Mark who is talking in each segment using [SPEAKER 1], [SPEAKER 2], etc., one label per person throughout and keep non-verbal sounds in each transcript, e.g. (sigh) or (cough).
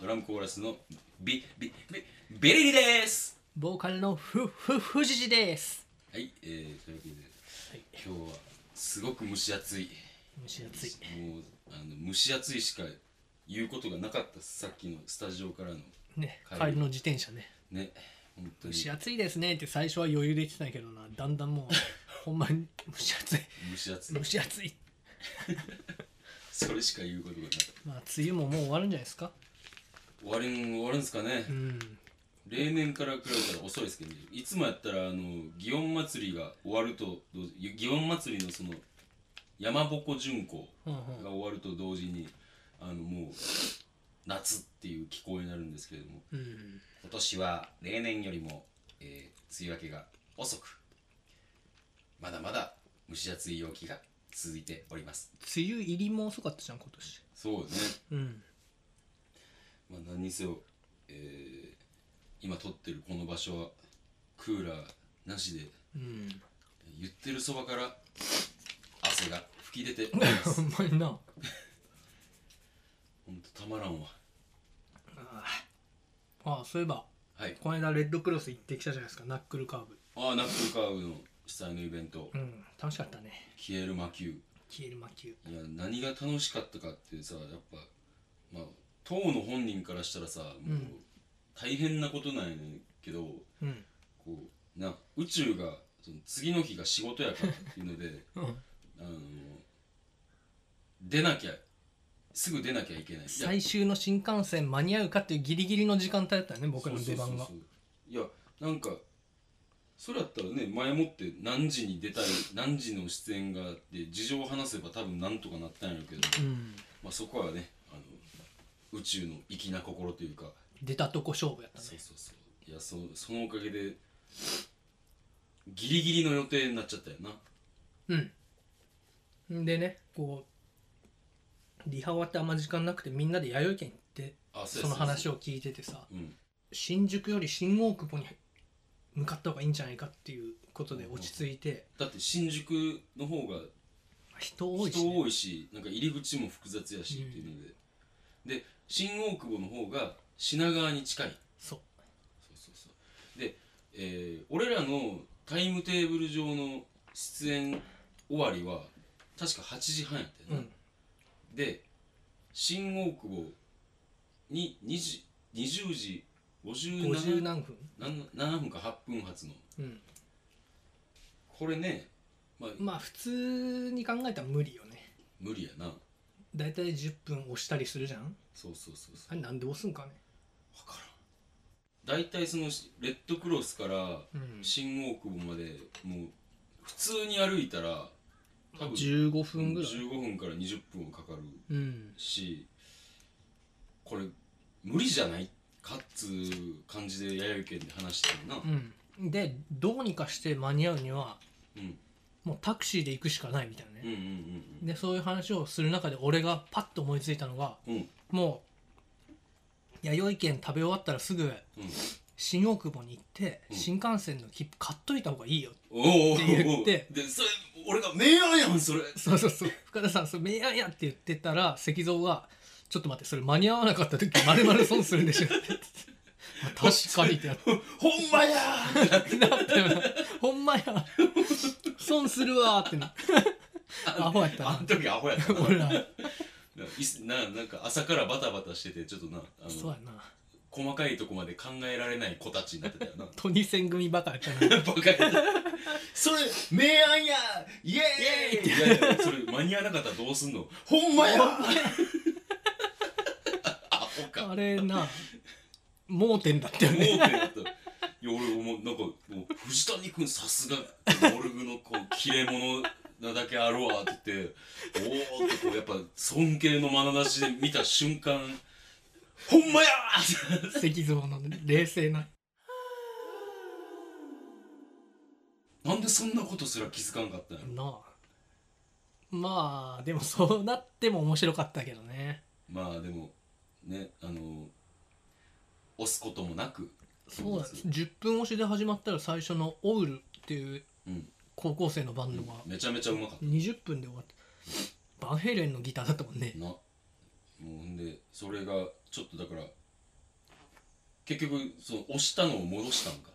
[SPEAKER 1] ドラムコーラスのビビビベリリです
[SPEAKER 2] ボーカルのふふふじじです
[SPEAKER 1] はい、えー、というわけで、今日はすごく蒸し暑い
[SPEAKER 2] 蒸し暑い
[SPEAKER 1] もうあの蒸し暑いしか言うことがなかったさっきのスタジオからの
[SPEAKER 2] ね
[SPEAKER 1] 帰り
[SPEAKER 2] 帰りの自転車ね
[SPEAKER 1] ね本当
[SPEAKER 2] 蒸
[SPEAKER 1] に
[SPEAKER 2] し暑いですねって最初は余裕で言ってたけどなだんだん (laughs) もうほんまに蒸し暑い
[SPEAKER 1] 蒸し暑い
[SPEAKER 2] 蒸し暑い
[SPEAKER 1] それしか言うことがなかっ
[SPEAKER 2] まあ梅雨ももう終わるんじゃないですか
[SPEAKER 1] た終わるん終わるんですかね
[SPEAKER 2] うん
[SPEAKER 1] 例年から比べたら遅いですけど、ね、いつもやったらあの祇園祭りが終わると同時祇園祭りのその山鉾巡行
[SPEAKER 2] うん
[SPEAKER 1] が終わると同時にあのもう夏っていう気候になるんですけれども
[SPEAKER 2] うんうん
[SPEAKER 1] 今年は例年よりも、えー、梅雨明けが遅くまだまだ蒸し暑い陽気が続いております
[SPEAKER 2] 梅雨入りも遅かったじゃん今年
[SPEAKER 1] そうね、
[SPEAKER 2] うん
[SPEAKER 1] まあ、何にせよ、えー今撮ってるこの場所はクーラーなしで
[SPEAKER 2] うん
[SPEAKER 1] 言ってるそばから汗が吹き出ておりま (laughs) す
[SPEAKER 2] ほん (laughs) まにな
[SPEAKER 1] ほんとたまらんわ
[SPEAKER 2] ああそういえば
[SPEAKER 1] はい
[SPEAKER 2] この間レッドクロス行ってきたじゃないですかナックルカーブ
[SPEAKER 1] ああナックルカーブの主催のイベント
[SPEAKER 2] うん楽しかったね
[SPEAKER 1] 消える魔球
[SPEAKER 2] 消える魔球
[SPEAKER 1] いや何が楽しかったかってさやっぱまあ当の本人からしたらさもう
[SPEAKER 2] うん
[SPEAKER 1] 大変なことなんやねんけど、
[SPEAKER 2] うん
[SPEAKER 1] こうな宇宙がその次の日が仕事やからっていうの
[SPEAKER 2] (laughs)
[SPEAKER 1] で
[SPEAKER 2] うん
[SPEAKER 1] あの出なきゃすぐ出なきゃいけないいや
[SPEAKER 2] 最終の新幹線間に合うかっていうギリギリの時間帯だったよね僕らの出番が
[SPEAKER 1] そうそうそうそういやなんかそれやったらね前もって何時に出たい何時の出演があって事情を話せば多分なんとかなったんやろうけど、
[SPEAKER 2] うん
[SPEAKER 1] まあ、そこはねあの宇宙の粋な心というか、
[SPEAKER 2] 出たとこ勝負やったね
[SPEAKER 1] そうそうそういやそそのおかげでギリギリの予定になっちゃったよな
[SPEAKER 2] うんでねこうリハ終わってあんま時間なくてみんなで弥生県行って
[SPEAKER 1] あ
[SPEAKER 2] その話
[SPEAKER 1] を
[SPEAKER 2] を聞いててさ
[SPEAKER 1] うん
[SPEAKER 2] 新宿より新大久保に向かった方がいいんじゃないかっていうことで落ち着いて
[SPEAKER 1] だって新宿の方が
[SPEAKER 2] 人多いし、
[SPEAKER 1] 人
[SPEAKER 2] ね、
[SPEAKER 1] 多いしなんか入り口も複雑やしっていうので、で新大久保の方が品川に近い
[SPEAKER 2] そう
[SPEAKER 1] そうそうそうで、えー俺らのタイムテーブル上の出演終わりは確か8時半やった
[SPEAKER 2] う
[SPEAKER 1] よね、
[SPEAKER 2] ん
[SPEAKER 1] で新大久保に2時20時
[SPEAKER 2] 50
[SPEAKER 1] 57
[SPEAKER 2] 何分
[SPEAKER 1] なん7分か8分発の
[SPEAKER 2] うん
[SPEAKER 1] これねまあ
[SPEAKER 2] まあ普通に考えたら無理よね
[SPEAKER 1] 無理やな
[SPEAKER 2] だいたい10分押したりするじゃん
[SPEAKER 1] そうそうそうそう
[SPEAKER 2] あれなんで押すんかね
[SPEAKER 1] 分からん大体そのレッドクロスから
[SPEAKER 2] うん
[SPEAKER 1] 新大久保までもう普通に歩いたら多分
[SPEAKER 2] 15分ぐらい
[SPEAKER 1] 15分から20分はかかる
[SPEAKER 2] うん
[SPEAKER 1] しこれ無理じゃないかっつう感じで弥生県で話してるな
[SPEAKER 2] うんでどうにかして間に合うには
[SPEAKER 1] うん
[SPEAKER 2] もうタクシーで行くしかないみたいなね、
[SPEAKER 1] うんうん
[SPEAKER 2] でそういう話をする中で俺がパッと思いついたのが
[SPEAKER 1] うんうん
[SPEAKER 2] もう弥生県食べ終わったらすぐ
[SPEAKER 1] うん
[SPEAKER 2] 新大久保に行って、
[SPEAKER 1] うん
[SPEAKER 2] 新幹線の切符買っといた方がいいよ
[SPEAKER 1] おーおーおー
[SPEAKER 2] って言って
[SPEAKER 1] でそれ俺が「名案やんそれ
[SPEAKER 2] そうそうそう (laughs) 深田さんそれ名案やって言ってたら石像が「ちょっと待ってそれ間に合わなかった時まるまる損するで (laughs) しょ」って言ってまあ確かにってなっ
[SPEAKER 1] ほんまやー!」
[SPEAKER 2] てなったよな (laughs) ほんまや損するわーってなアホやった
[SPEAKER 1] あ
[SPEAKER 2] なん
[SPEAKER 1] 時アホや (laughs) ったな
[SPEAKER 2] 俺ら
[SPEAKER 1] いすななんか朝からバタバタしててちょっとなあ
[SPEAKER 2] そう
[SPEAKER 1] の
[SPEAKER 2] やな
[SPEAKER 1] 細かいとこまで考えられない子たちになってたよな
[SPEAKER 2] トニセン組バカやった
[SPEAKER 1] (laughs)
[SPEAKER 2] な
[SPEAKER 1] バカやそれ明暗やイエーイいやいやそれ間に合わなかったらどうすんのほんまや (laughs) アホか
[SPEAKER 2] あれな盲点だったよ
[SPEAKER 1] 盲
[SPEAKER 2] ね
[SPEAKER 1] 点だったいや俺もなんかもう藤谷君さすがモルグのこう切れ者なだけあるわって言っておおってこうやっぱ尊敬の眼差しで見た瞬間ほんまやーって
[SPEAKER 2] 石像の冷静な
[SPEAKER 1] なんでそんなことすら気づかんかったんやろ
[SPEAKER 2] なあまあでもそうなっても面白かったけどね
[SPEAKER 1] まあでもねあの押すこともなく
[SPEAKER 2] そうなんです10分押しで始まったら最初の「オウル」っていう
[SPEAKER 1] うん
[SPEAKER 2] 高校生のバンドが
[SPEAKER 1] めちゃめちゃうまかっ
[SPEAKER 2] 20分で終わったバンヘイレンのギターだったもんね
[SPEAKER 1] たなもうほんでそれがちょっとだから結局その押したのを戻したんか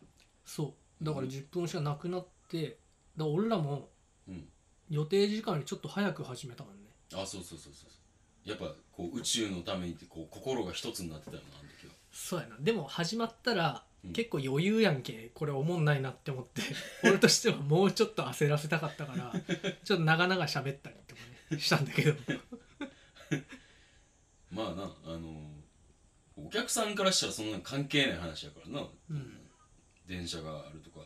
[SPEAKER 2] そうだから10分しかなくなってだから俺らも
[SPEAKER 1] うん
[SPEAKER 2] 予定時間よりちょっと早く始めたもんね
[SPEAKER 1] あそうそうそうそうそうやっぱこう宇宙のためにってこう心が一つになってたよなあの時は
[SPEAKER 2] そうやなでも始まったら
[SPEAKER 1] うん
[SPEAKER 2] 結構余裕やんけこれおもんないなって思って
[SPEAKER 1] (laughs)
[SPEAKER 2] 俺としてはもうちょっと焦らせたかったからちょっと長々喋ったりとかねしたんだけど
[SPEAKER 1] まあなあのお客さんからしたらそんな関係ない話やからな、
[SPEAKER 2] うん
[SPEAKER 1] 電車があるとか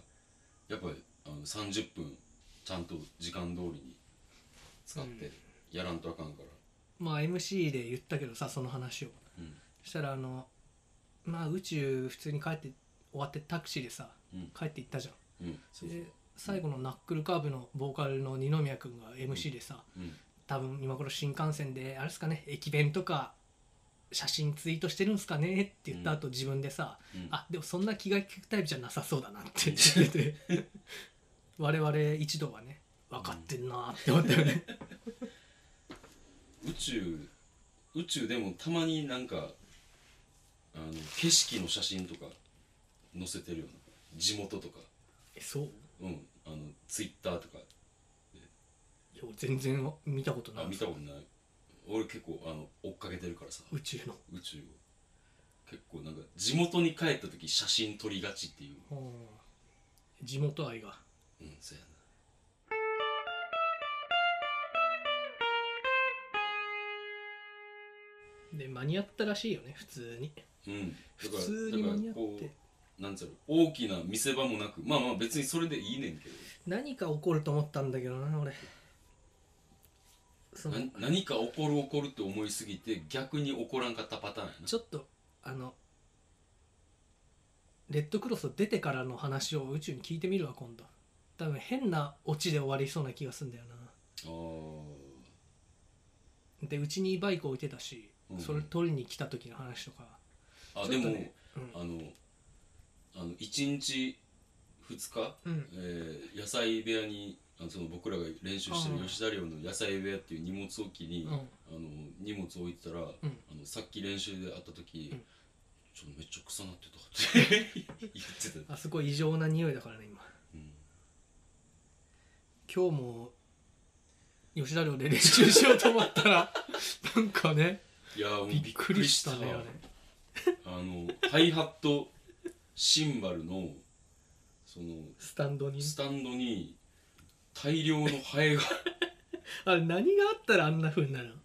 [SPEAKER 1] やっぱりあの30分ちゃんと時間通りに使ってやらんとあかんから、
[SPEAKER 2] まあ MC で言ったけどさその話を
[SPEAKER 1] うん
[SPEAKER 2] そしたらあのまあ宇宙普通に帰って終わってタクシーでさ
[SPEAKER 1] うん
[SPEAKER 2] 帰って行ったじゃん
[SPEAKER 1] うん、そうそう
[SPEAKER 2] で最後のナックルカーブのボーカルの二宮君が MC でさ
[SPEAKER 1] うん
[SPEAKER 2] 多分今頃新幹線であれですかね駅弁とか写真ツイートしてるんすかねって言った後自分でさ、
[SPEAKER 1] うん
[SPEAKER 2] あでもそんな気が利くタイプじゃなさそうだなって言って
[SPEAKER 1] (laughs)
[SPEAKER 2] て我々一同はね分かってんなーって思ったよね、
[SPEAKER 1] 宇宙宇宙でもたまになんかあの景色の写真とか載せてるよな地元とか
[SPEAKER 2] (laughs) えそう
[SPEAKER 1] うんあのツイッターとか
[SPEAKER 2] いや俺全然見たことな
[SPEAKER 1] あ
[SPEAKER 2] い
[SPEAKER 1] 見たことない俺結構あの追っかけてるからさ
[SPEAKER 2] 宇宙の
[SPEAKER 1] 宇宙を結構なんか地元に帰った時写真撮りがちっていう
[SPEAKER 2] うん地元愛が
[SPEAKER 1] うんそうやな
[SPEAKER 2] で間に合ったらしいよね普通に
[SPEAKER 1] うん、だから
[SPEAKER 2] 普通に間に合
[SPEAKER 1] だ
[SPEAKER 2] って
[SPEAKER 1] からこうなんつうの大きな見せ場もなくまあまあ別にそれでいいねんけ
[SPEAKER 2] 何か起こると思ったんだけどな俺そ
[SPEAKER 1] ど
[SPEAKER 2] の
[SPEAKER 1] な何か起こる起こるって思いすぎて逆に起こらんかったパターンやな
[SPEAKER 2] ちょっとあのレッドクロスを出てからの話を宇宙に聞いてみるわ今度多分変なオチで終わりそうな気がすんだよな
[SPEAKER 1] あー
[SPEAKER 2] でうちにバイク置いてたし、
[SPEAKER 1] うん
[SPEAKER 2] それ取りに来た時の話とか
[SPEAKER 1] あ
[SPEAKER 2] ち
[SPEAKER 1] で
[SPEAKER 2] ょっと
[SPEAKER 1] も、
[SPEAKER 2] ねうん
[SPEAKER 1] あのあの1日2日、
[SPEAKER 2] うん
[SPEAKER 1] えー野菜部屋にあのその僕らが練習して
[SPEAKER 2] あ
[SPEAKER 1] る
[SPEAKER 2] ー
[SPEAKER 1] 吉田寮の野菜部屋っていう荷物置きに、
[SPEAKER 2] う
[SPEAKER 1] あ
[SPEAKER 2] ん
[SPEAKER 1] の荷物置いてたら、
[SPEAKER 2] うん
[SPEAKER 1] あのさっき練習で会った時、
[SPEAKER 2] うん
[SPEAKER 1] ちょっとめっちゃ臭なってたって言
[SPEAKER 2] (laughs)
[SPEAKER 1] ってた、
[SPEAKER 2] あそこ異常な匂いだからね今
[SPEAKER 1] うん
[SPEAKER 2] 今日も吉田寮で練習しようと思ったら (laughs) なんかね
[SPEAKER 1] いやーもう
[SPEAKER 2] びっくりしたねあれ
[SPEAKER 1] あのハイハットシンバルのその
[SPEAKER 2] スタンドに
[SPEAKER 1] スタンドに大量のハエが
[SPEAKER 2] あれ何があったらあんな風になるの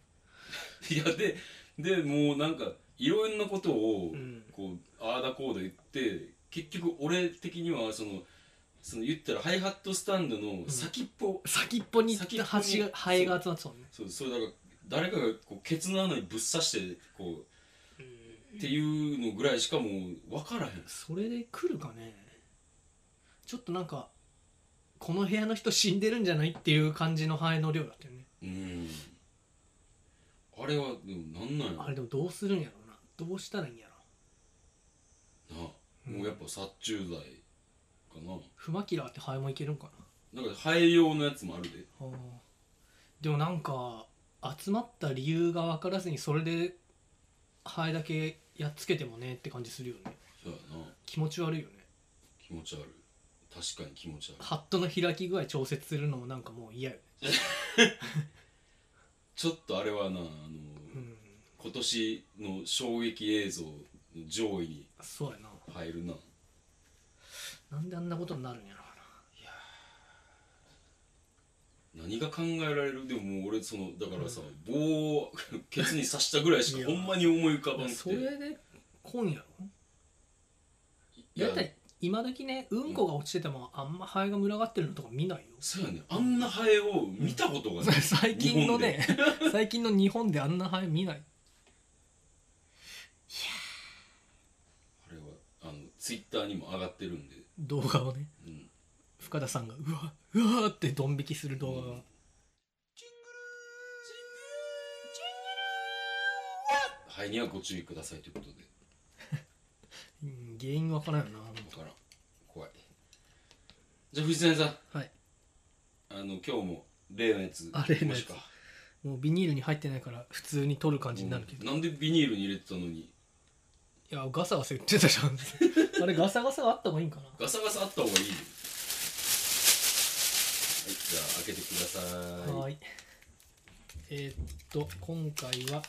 [SPEAKER 1] いやででもうなんかいろんなことを
[SPEAKER 2] うん
[SPEAKER 1] こう、ああだこうだ言って結局俺的にはそのその言ったらハイハットスタンドの先っぽ、
[SPEAKER 2] 先っぽに行っ
[SPEAKER 1] 先っぽに
[SPEAKER 2] た蜂がハエが集まってたもんね
[SPEAKER 1] そうそれだから誰かがこうケツの穴にぶっ刺してこうっていうのぐらいしかもう分からへん
[SPEAKER 2] それで来るかねちょっとなんかこの部屋の人死んでるんじゃないっていう感じのハエの量だったよね
[SPEAKER 1] うんあれはでもなんなんやろ
[SPEAKER 2] あれでもどうするんやろうなどうしたらいいんやろ
[SPEAKER 1] なあもうやっぱ殺虫剤かな
[SPEAKER 2] フマキラーってハエもいけるんか
[SPEAKER 1] なんかハエ用のやつもあるで
[SPEAKER 2] なでもなんか集まった理由が分からずにそれでハエだけやっつけてもねって感じするよね
[SPEAKER 1] そうやな
[SPEAKER 2] 気持ち悪いよね
[SPEAKER 1] 気持ち悪い確かに気持ち悪い
[SPEAKER 2] ハットの開き具合調節するのもなんかもう嫌よね
[SPEAKER 1] ちょっとあれはなあの、
[SPEAKER 2] うん
[SPEAKER 1] 今年の衝撃映像の上位に
[SPEAKER 2] そうやな
[SPEAKER 1] 入るな
[SPEAKER 2] なんであんなことになるんやろ
[SPEAKER 1] 何が考えられるでももう俺そのだからさ、棒をケツに刺したぐらいしか
[SPEAKER 2] い
[SPEAKER 1] ほ
[SPEAKER 2] や
[SPEAKER 1] んまに思い浮かば
[SPEAKER 2] うな
[SPEAKER 1] なく
[SPEAKER 2] そ
[SPEAKER 1] て
[SPEAKER 2] れで今夜ろ
[SPEAKER 1] いや
[SPEAKER 2] だいたい今時ねうんこが落ちててもあんまハエが群がってるのとか見ないよ
[SPEAKER 1] そうやねあんなハエを見たこと (laughs) がない、
[SPEAKER 2] 最近のね
[SPEAKER 1] 日
[SPEAKER 2] 最近の日本であんなハエ見ない
[SPEAKER 1] あれはあのツイッターにも上がってるんで、
[SPEAKER 2] 動画をね
[SPEAKER 1] うん、
[SPEAKER 2] 深田さんがうわうわーってドン引きする動画が、
[SPEAKER 1] ハエにはご注意くださいということで
[SPEAKER 2] うん、原因わからんよな
[SPEAKER 1] 分からん怖いじゃあ藤谷さん
[SPEAKER 2] はい
[SPEAKER 1] あの今日も例のやつ
[SPEAKER 2] あ例
[SPEAKER 1] 行き
[SPEAKER 2] のやつ
[SPEAKER 1] ましょうか
[SPEAKER 2] もうビニールに入ってないから普通に取る感じになるけど、
[SPEAKER 1] なんでビニールに入れてたのに
[SPEAKER 2] いやガサガサ言ってたじゃ
[SPEAKER 1] (laughs)
[SPEAKER 2] んあれガサガサあった方がいいんかな
[SPEAKER 1] ガサガサあった方がいいはいじゃあ開けてください
[SPEAKER 2] はーい。えーっと、今回は、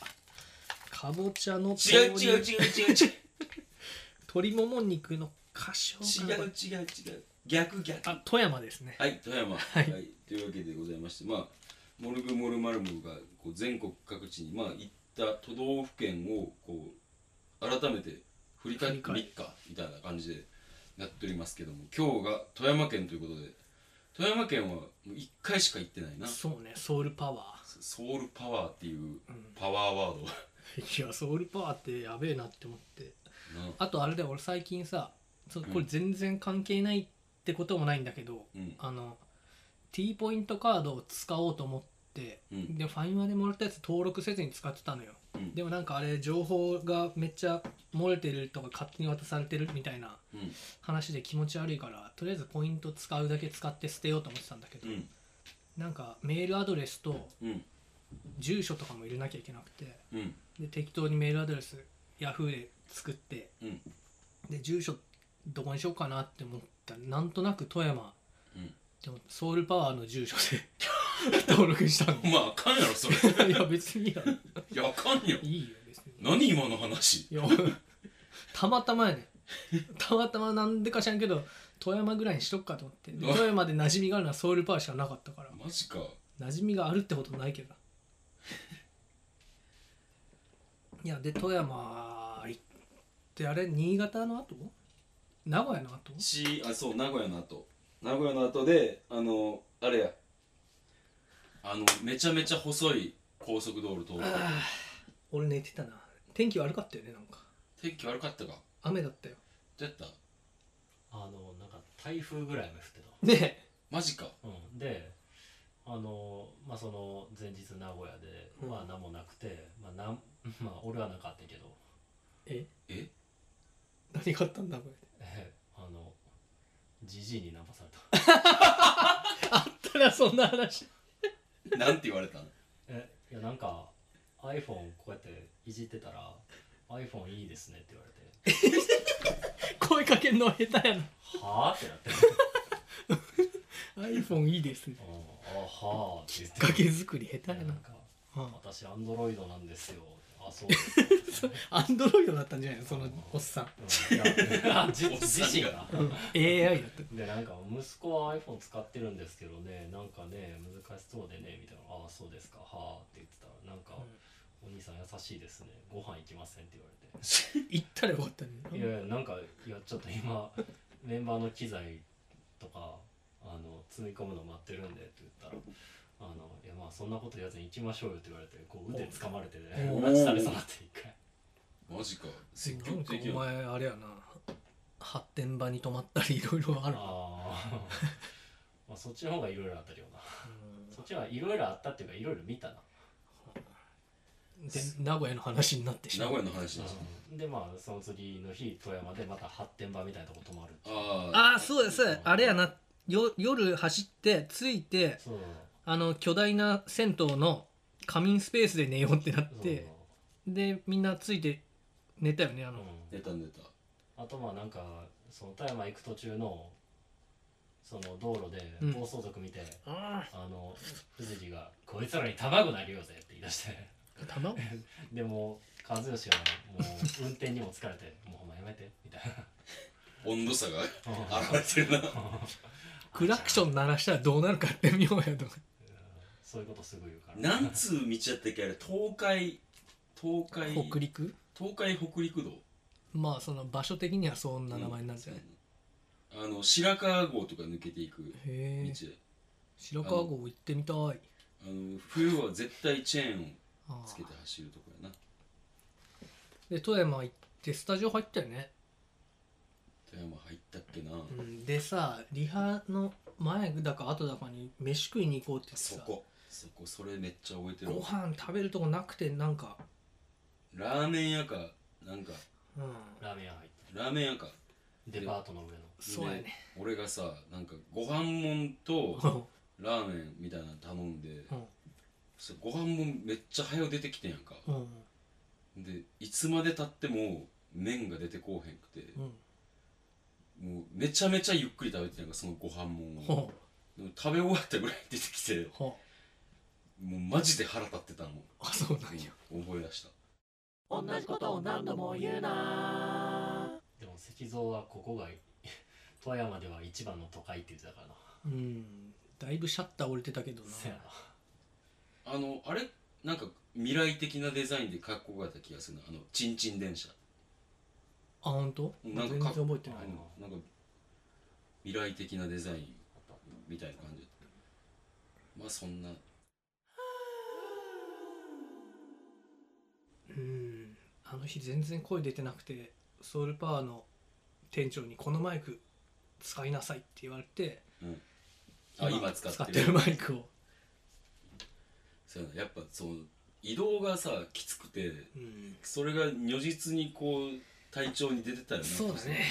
[SPEAKER 2] かぼちゃの
[SPEAKER 1] 違う違う違う違う違う
[SPEAKER 2] 鶏もも肉の花椒
[SPEAKER 1] 違う違う違う逆逆
[SPEAKER 2] あ、富山ですね。
[SPEAKER 1] はい富山はいというわけでございましてまあモルグモルマルモルがこう全国各地にまあ行った都道府県をこう改めて振り返ってみっかみたいな感じでやっておりますけども今日が富山県ということで富山県はもう1回しか行ってないな
[SPEAKER 2] そうね、ソウルパワ
[SPEAKER 1] ソウルパワーっていう
[SPEAKER 2] ー。
[SPEAKER 1] パワーワード
[SPEAKER 2] うん、いや、ソウルパワーってやべえなって思って。
[SPEAKER 1] な
[SPEAKER 2] あと、あれだよ、俺最近さ、そう
[SPEAKER 1] うん
[SPEAKER 2] これ全然関係ないってこともないんだけど、
[SPEAKER 1] うん
[SPEAKER 2] あの、T ポイントカードを使おうと思って、
[SPEAKER 1] うん
[SPEAKER 2] で、ファインマでもらったやつ登録せずに使ってたのよ。
[SPEAKER 1] うん
[SPEAKER 2] でもなんかあれ情報がめっちゃ漏れてるとか勝手に渡されてるみたいな
[SPEAKER 1] うん
[SPEAKER 2] 話で気持ち悪いからとりあえずポイント使うだけ使って捨てようと思ってたんだけど、
[SPEAKER 1] うん
[SPEAKER 2] なんかメールアドレスと
[SPEAKER 1] うん
[SPEAKER 2] 住所とかも入れなきゃいけなくて
[SPEAKER 1] うん
[SPEAKER 2] で適当にメールアドレス Yahoo で作って
[SPEAKER 1] うん
[SPEAKER 2] で住所どこにしようかなって思ったらなんとなく富山
[SPEAKER 1] うん
[SPEAKER 2] でもソウルパワーの住所で登録したの
[SPEAKER 1] まああかんやろそれ
[SPEAKER 2] いや別にいいや
[SPEAKER 1] いやあかんよ
[SPEAKER 2] いいよ別に
[SPEAKER 1] 何今の話
[SPEAKER 2] いやたまたまやねたまたまなんでか知らんけど富山ぐらいにしとくかと思ってで
[SPEAKER 1] あ
[SPEAKER 2] 富山で馴染みがあるのはソウルパワーしかなかったから
[SPEAKER 1] マジか
[SPEAKER 2] 馴染みがあるってことない (laughs) けどいやで富山行ってあれ新潟の後名古屋の後
[SPEAKER 1] しあそう名古屋の後名古屋の後であのあれやあのめちゃめちゃ細い高速道路通る
[SPEAKER 2] あー俺寝てたな天気悪かったよねなんか
[SPEAKER 1] 天気悪かったか
[SPEAKER 2] 雨だったよ
[SPEAKER 1] どうやった
[SPEAKER 3] あのなんか台風ぐらいも降って
[SPEAKER 2] ね
[SPEAKER 1] マジか
[SPEAKER 3] た、うん、であのまあその前日名古屋で
[SPEAKER 2] うん
[SPEAKER 3] まあ何もなくて、まあなんまあ俺はなかったけど、
[SPEAKER 2] え
[SPEAKER 1] え
[SPEAKER 2] 何があったんだこれ
[SPEAKER 3] えあのじじいにナンパされた
[SPEAKER 2] ただそんな話
[SPEAKER 1] なんて言われたの
[SPEAKER 3] えいやなんか iPhone こうやっていじってたら iPhone いいですねって言われて
[SPEAKER 2] 声かけんのは下手やな
[SPEAKER 3] はあってなって、
[SPEAKER 2] iPhone いいですね
[SPEAKER 3] うん、あはあって言って
[SPEAKER 2] かけ作り下手やな
[SPEAKER 3] な
[SPEAKER 2] ん
[SPEAKER 3] か
[SPEAKER 2] うん
[SPEAKER 3] 私アンドロイドなんですよあそうですか
[SPEAKER 2] アンドロイドだったんじゃないのそのおっさん
[SPEAKER 3] うんいや (laughs) あじ
[SPEAKER 1] おっさん
[SPEAKER 3] 自
[SPEAKER 1] が
[SPEAKER 3] 身が
[SPEAKER 2] AI だった
[SPEAKER 3] でなんか息子は iPhone 使ってるんですけどねなんかね難しそうでねみたいな「ああそうですかはあ」って言ってたらなんか、お兄さん優しいですねご飯行きません」って言われ
[SPEAKER 2] 行ったらよかった
[SPEAKER 3] て「い
[SPEAKER 2] ね
[SPEAKER 3] やいやなんかいやちょっと今メンバーの機材とかあの積み込むの待ってるんで」って言ったら「あのいやまあそんなこと言わずに行きましょうよ」って言われてこう腕掴まれてね
[SPEAKER 2] お
[SPEAKER 3] 拉致されそうになって一回
[SPEAKER 1] マジか積
[SPEAKER 2] な
[SPEAKER 1] 極
[SPEAKER 2] んか
[SPEAKER 1] 的や
[SPEAKER 2] お
[SPEAKER 1] な
[SPEAKER 2] 前あれやな発展場に泊まったりいろいろあるな
[SPEAKER 3] ああまあそっちの方がいろいろあったけどなそっちはいろいろあったっていうかいろいろ見たな
[SPEAKER 2] うんで名古屋の話になってし
[SPEAKER 1] 名
[SPEAKER 2] まう
[SPEAKER 1] 古屋の話だ
[SPEAKER 3] でまあその次の日富山でまた発展場みたいなとこ泊まる
[SPEAKER 1] ああ
[SPEAKER 2] ああそうですあれやなよ夜走って着いて
[SPEAKER 3] そう
[SPEAKER 2] あの巨大な銭湯の仮眠スペースで寝ようってなっ
[SPEAKER 3] そう
[SPEAKER 2] てでみんなついて寝たよねあ
[SPEAKER 3] う
[SPEAKER 2] の
[SPEAKER 3] ん
[SPEAKER 1] 出た出た
[SPEAKER 3] あとまあなんかその富山行く途中のその道路で
[SPEAKER 2] うん
[SPEAKER 3] 暴走族見て、
[SPEAKER 2] あ
[SPEAKER 3] あの藤木が「こいつらに卵投げようぜ」って言い出して
[SPEAKER 2] あ卵
[SPEAKER 3] でもう和義はもう運転にも疲れて「 (laughs) もうお前やめて」みたいな
[SPEAKER 1] 温度差が
[SPEAKER 3] うん
[SPEAKER 1] 現れてるな
[SPEAKER 2] クラクション鳴らしたらどうなるかやってみようやとか
[SPEAKER 3] そういうことすぐ言うから
[SPEAKER 1] 何通道やったっけあれ東海東海
[SPEAKER 2] 北陸
[SPEAKER 1] 東海北陸道
[SPEAKER 2] まあその場所的にはそんな名前になるんじゃない、
[SPEAKER 1] あの白川郷とか抜けていく道
[SPEAKER 2] へえ
[SPEAKER 1] で
[SPEAKER 2] 白川郷行ってみたい
[SPEAKER 1] あの冬は絶対チェーンを
[SPEAKER 2] あ
[SPEAKER 1] つけて
[SPEAKER 2] あ
[SPEAKER 1] 走るとこやな
[SPEAKER 2] で富山行ってスタジオ入ったよね、
[SPEAKER 1] 富山入ったっけな、
[SPEAKER 2] うん、でさリハの前だか後だかに飯食いに行こうって
[SPEAKER 1] そ
[SPEAKER 2] 言ってさ
[SPEAKER 1] こそこそれめっちゃ覚えてる
[SPEAKER 2] ご飯食べるとこなくてなんか
[SPEAKER 1] ラーメン屋かなんか
[SPEAKER 2] うん
[SPEAKER 3] ラーメン屋入って
[SPEAKER 1] ラーメン屋か
[SPEAKER 3] デパートの上の
[SPEAKER 2] そうやね
[SPEAKER 1] 俺がさなんかご飯もんと
[SPEAKER 2] うん
[SPEAKER 1] ラーメンみたいなの頼んで、
[SPEAKER 2] うん
[SPEAKER 1] そご飯もめっちゃ早う出てきてんやんか、
[SPEAKER 2] うん
[SPEAKER 1] でいつまでたっても麺が出てこうへんくて、
[SPEAKER 2] うん
[SPEAKER 1] もうめちゃめちゃゆっくり食べてたんやんかそのご飯もでも
[SPEAKER 2] ほ
[SPEAKER 1] 食べ終わったぐらいに出てきて
[SPEAKER 2] うほう
[SPEAKER 1] もうマジで腹立ってたの
[SPEAKER 2] あそうなんや
[SPEAKER 1] 覚え出した
[SPEAKER 4] 同じことを何度も言うな
[SPEAKER 3] でも石像はここが富山では一番の都会って言ってたからな
[SPEAKER 2] うんだいぶシャッター折れてたけどな
[SPEAKER 3] せやな
[SPEAKER 1] あのあれなんか未来的なデザインでかっこよかった気がするなあのチンチン電車
[SPEAKER 2] あ本当
[SPEAKER 1] なんか
[SPEAKER 2] 全然
[SPEAKER 1] か
[SPEAKER 2] 覚えてない
[SPEAKER 3] は
[SPEAKER 1] あ
[SPEAKER 3] い
[SPEAKER 1] のなんか未来的なデザインみたいな感じまあそんな
[SPEAKER 2] うんあの日全然声出てなくてソウルパワーの店長に「このマイク使いなさい」って言われて
[SPEAKER 1] あ今使ってる
[SPEAKER 2] マイクを
[SPEAKER 1] そうやなやっぱその移動がさきつくて
[SPEAKER 2] うん
[SPEAKER 1] それが如実にこう体調に出てたよね
[SPEAKER 2] そうだね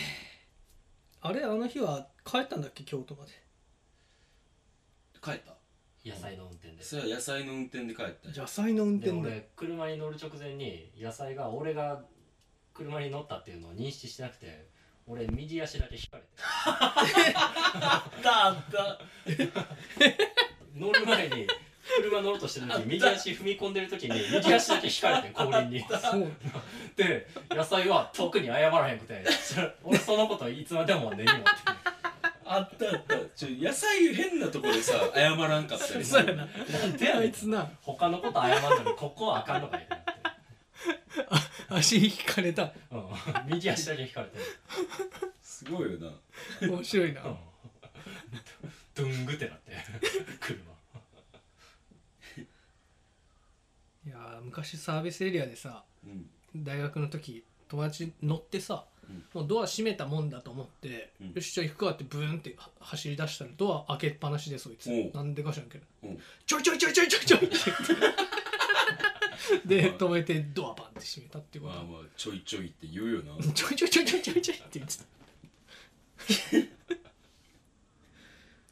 [SPEAKER 2] あれあの日は帰ったんだっけ京都まで
[SPEAKER 1] 帰った
[SPEAKER 3] 野菜の運転で
[SPEAKER 1] それは野菜の運転で帰ったんや
[SPEAKER 2] 野菜の運
[SPEAKER 3] で
[SPEAKER 2] 転で
[SPEAKER 3] 俺車に乗る直前に野菜が俺が車に乗ったっていうのを認識してなくて俺右足だけ引かれてあったあった乗る前に車乗ろうとしてる時右足踏み込んでる時に右足だけ引かれて後輪に
[SPEAKER 2] そう
[SPEAKER 3] で野菜は特に謝らへんくてそれ俺そのこといつまでも根に持って
[SPEAKER 1] あったあったちょ野菜変なとこで
[SPEAKER 2] (laughs)
[SPEAKER 1] さ謝らんかったりす
[SPEAKER 2] そうや
[SPEAKER 1] る
[SPEAKER 2] な
[SPEAKER 3] るなんで
[SPEAKER 2] で
[SPEAKER 3] や
[SPEAKER 2] あ
[SPEAKER 3] ね
[SPEAKER 2] い
[SPEAKER 3] ん
[SPEAKER 2] つな
[SPEAKER 3] 他のこと謝るのにここはあかんのかいってなって
[SPEAKER 2] 足引かれた
[SPEAKER 3] うん右足だけ引かれて
[SPEAKER 1] すごいよな
[SPEAKER 2] 面白いな
[SPEAKER 3] うんドゥングってなって車
[SPEAKER 2] いやー昔サービスエリアでさ
[SPEAKER 1] うん
[SPEAKER 2] 大学の時友達乗ってさ、
[SPEAKER 1] うん
[SPEAKER 2] もうドア閉めたもんだと思って、
[SPEAKER 1] うん
[SPEAKER 2] よしじゃあ行くかってブーンっては走り出したらドア開けっぱなしでそいつ
[SPEAKER 1] おう
[SPEAKER 2] なんでか知らんけど
[SPEAKER 1] うん
[SPEAKER 2] ちょいちょいちょいちょいちょいちょいって
[SPEAKER 1] (laughs)
[SPEAKER 2] 言ってで止めてドアバンって閉めたっていうこ
[SPEAKER 1] まあ
[SPEAKER 2] と、
[SPEAKER 1] まあちょいちょいって言うよな
[SPEAKER 2] ちょいちょいちょいちょいちょいちょいって言ってた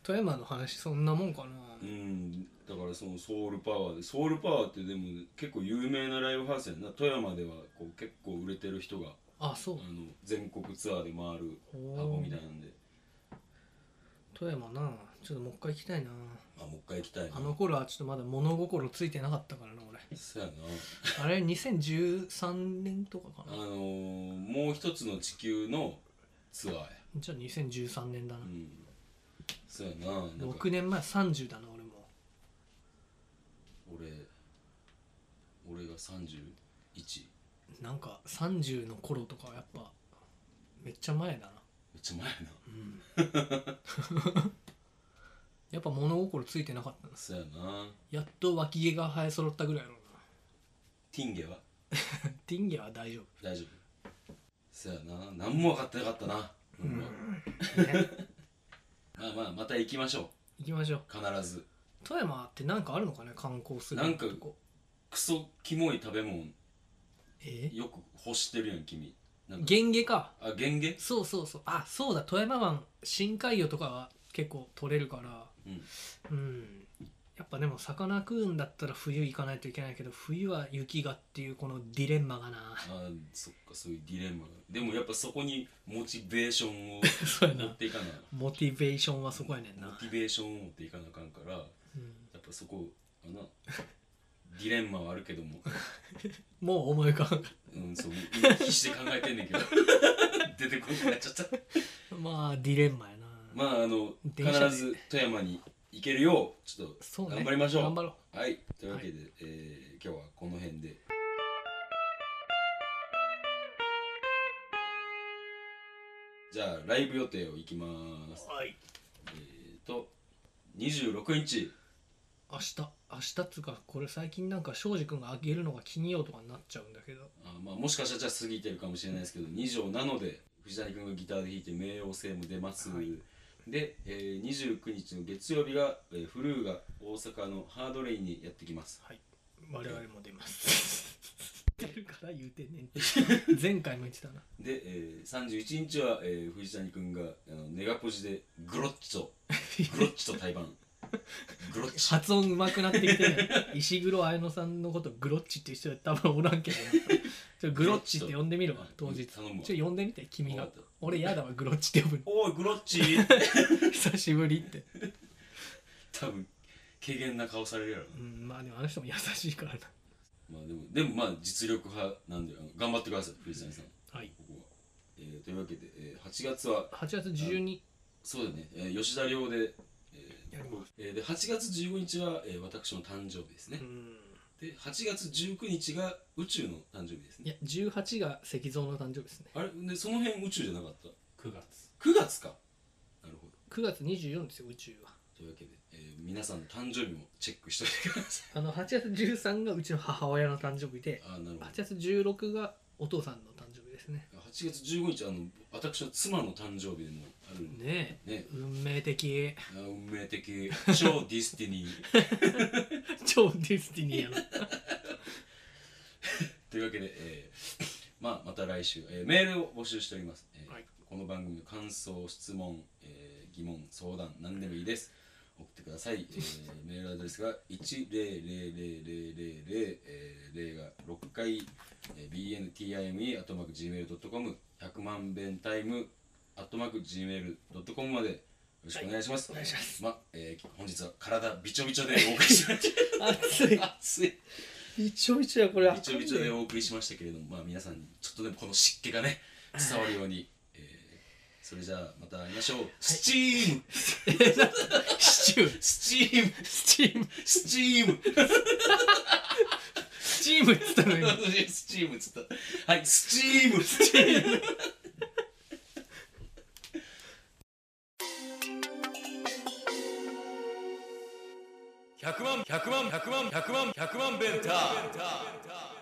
[SPEAKER 2] 富山の話そんなもんかな、
[SPEAKER 1] うんだからそのソウルパワーでソウルパワーってでも結構有名なライブハウスやんな富山ではこう結構売れてる人が
[SPEAKER 2] あそう
[SPEAKER 1] あの全国ツアーで回る
[SPEAKER 2] おー
[SPEAKER 1] 箱みたいなんで
[SPEAKER 2] 富山なちょっともう一回行きたいな
[SPEAKER 1] あもう一回行きたいな
[SPEAKER 2] あの頃はちょっとまだ物心ついてなかったからな俺
[SPEAKER 1] そうやな
[SPEAKER 2] あれ2013年とかか
[SPEAKER 1] あ
[SPEAKER 2] な
[SPEAKER 1] のー、もう一つの地球のツアーや
[SPEAKER 2] じゃあ2013年だな
[SPEAKER 1] う、んそうやななんか
[SPEAKER 2] 6年前30だな俺も
[SPEAKER 1] 俺俺が31
[SPEAKER 2] なんか30の頃とかはやっぱめっちゃ前だな
[SPEAKER 1] めっちゃ前やな
[SPEAKER 2] やっぱ物心ついてなかったんです
[SPEAKER 1] そうやな
[SPEAKER 2] やっと脇毛が生え揃ったぐらいやろう
[SPEAKER 1] ティンゲは
[SPEAKER 2] なティンゲは大丈
[SPEAKER 1] 大丈夫そうやな何も分かってなかったな、うん、
[SPEAKER 2] 夫、ね、
[SPEAKER 1] (laughs) まあまあまた行きましょ
[SPEAKER 2] 行きましょう
[SPEAKER 1] う必ず
[SPEAKER 2] 富山ってなんかあるのかね観光する
[SPEAKER 1] なんか
[SPEAKER 2] とこ
[SPEAKER 1] クソキモい食べ物
[SPEAKER 2] え
[SPEAKER 1] よく欲してるやん君なんか
[SPEAKER 2] 原毛か
[SPEAKER 1] あゲンゲ
[SPEAKER 2] そうそうそうあそうだ富山湾深海魚とかは結構取れるから
[SPEAKER 1] うん
[SPEAKER 2] うんやっぱでも魚食うんだったら冬行かないといけないけど冬は雪がっていうこのディレンマがな
[SPEAKER 1] あそっかそういうディレンマがでもやっぱそこにモチベーションを
[SPEAKER 2] そうや
[SPEAKER 1] 持っ
[SPEAKER 2] な
[SPEAKER 1] ていかな
[SPEAKER 2] モチベーションはそこやねん
[SPEAKER 1] モ
[SPEAKER 2] な、
[SPEAKER 1] チベーションを持っていかなあかんからや
[SPEAKER 2] うん
[SPEAKER 1] っぱそこあなディレンマはあるけども
[SPEAKER 2] もう思い浮かばんかっ
[SPEAKER 1] うんそう今必死で考えてんねんけど (laughs) 出てこなくなっちゃった
[SPEAKER 2] たまあディレンマやな、
[SPEAKER 1] まああの
[SPEAKER 2] 電車で
[SPEAKER 1] 必ず富山に行けるようちょっと
[SPEAKER 2] そうね
[SPEAKER 1] 頑張りましょう
[SPEAKER 2] 頑張ろ
[SPEAKER 1] はいというわけで、えー今日はこの辺でじゃあライブ予定をいきます
[SPEAKER 2] うはい
[SPEAKER 1] えー、と26日
[SPEAKER 2] 明日明日っつうかこれ最近なんか庄司君があげるのが金曜とかになっちゃうんだけど
[SPEAKER 1] あ、まあ、もしかしたらじゃあ過ぎてるかもしれないですけど2畳なので藤谷君がギターで弾いて冥王星も出ます、で、えー、29日の月曜日が、えーフルーが大阪のハードレインにやってきます
[SPEAKER 2] はい我々も出ます出るから言うてんねんって (laughs) 前回も言ってたな
[SPEAKER 1] で、えー、31日は、えー、藤谷君があのネガポジでグロッチとグロッチと対バングロッチ
[SPEAKER 2] 発音上手くなってきてるや (laughs) ん石黒彩乃さんのことグロッチっていう人は多分おらんけどちょグロッチって呼んでみるわ当日
[SPEAKER 1] 頼むわ
[SPEAKER 2] ちょ呼んでみて君が
[SPEAKER 1] わかった
[SPEAKER 2] 俺やだわグロッチって呼ぶ
[SPEAKER 1] おいグロッチ (laughs)
[SPEAKER 2] の久しぶりって
[SPEAKER 1] 多分軽減な顔されるやろな
[SPEAKER 2] うんまあでもあの人も優しいからな
[SPEAKER 1] まあでもでもまあ実力派なんであの頑張ってください藤谷さん
[SPEAKER 2] はい
[SPEAKER 1] ここは、えーというわけで、えー8月は
[SPEAKER 2] 8月12
[SPEAKER 1] そうだね、えー吉田寮で、え
[SPEAKER 2] やりま
[SPEAKER 1] ーえーで8月15日は、えー私の誕生日ですね
[SPEAKER 2] う、ん
[SPEAKER 1] で8月19日が宇宙の誕生日です
[SPEAKER 2] い
[SPEAKER 1] ね
[SPEAKER 2] や18が石像の誕生日ですね
[SPEAKER 1] あれでその辺宇宙じゃなかった
[SPEAKER 3] 9月
[SPEAKER 1] 9月かなるほど
[SPEAKER 2] 9月24ですよ宇宙は
[SPEAKER 1] というわけで、えー皆さんの誕生日もチェックしておいてください
[SPEAKER 2] あの8月13がうちの母親の誕生日 (laughs) で
[SPEAKER 1] あーなるほど
[SPEAKER 2] 8月16がお父さんの誕生日ですね
[SPEAKER 1] 8月15日あの私の妻の誕生日でもあるんで
[SPEAKER 2] ねえ
[SPEAKER 1] ね
[SPEAKER 2] 運命的
[SPEAKER 1] あー運命的超ディスティニー
[SPEAKER 2] (laughs) 超ディスティニーやな
[SPEAKER 1] というわけで、えーまあ、また来週、えーメールを募集しております、えー
[SPEAKER 2] (laughs) はい
[SPEAKER 1] この番組の感想質問、えー疑問相談何でもいいです送ってください、えーメールアドレスが1000000、えー、0が6回、えー、bntime.gmail.com 100万遍タイム .gmail.com までよろしくお願いします、
[SPEAKER 2] お願いします
[SPEAKER 1] まあえー本日は体びちょびちょでお送りしました
[SPEAKER 2] 暑 (laughs) い
[SPEAKER 1] 暑い
[SPEAKER 2] びちょびちょやこれ
[SPEAKER 1] びちょびちょでお送りしましたけれども、まあ、皆さんにちょっとでもこの湿気がね伝わるように、えーそれじゃあまた会いましょう、スチーム
[SPEAKER 2] (laughs) シチュー
[SPEAKER 1] スチーム
[SPEAKER 2] スチーム
[SPEAKER 1] スチーム
[SPEAKER 2] スチームっつったのに
[SPEAKER 1] スチームっつったはいスチームスチーム
[SPEAKER 5] 100万100万100万100万100万ベンター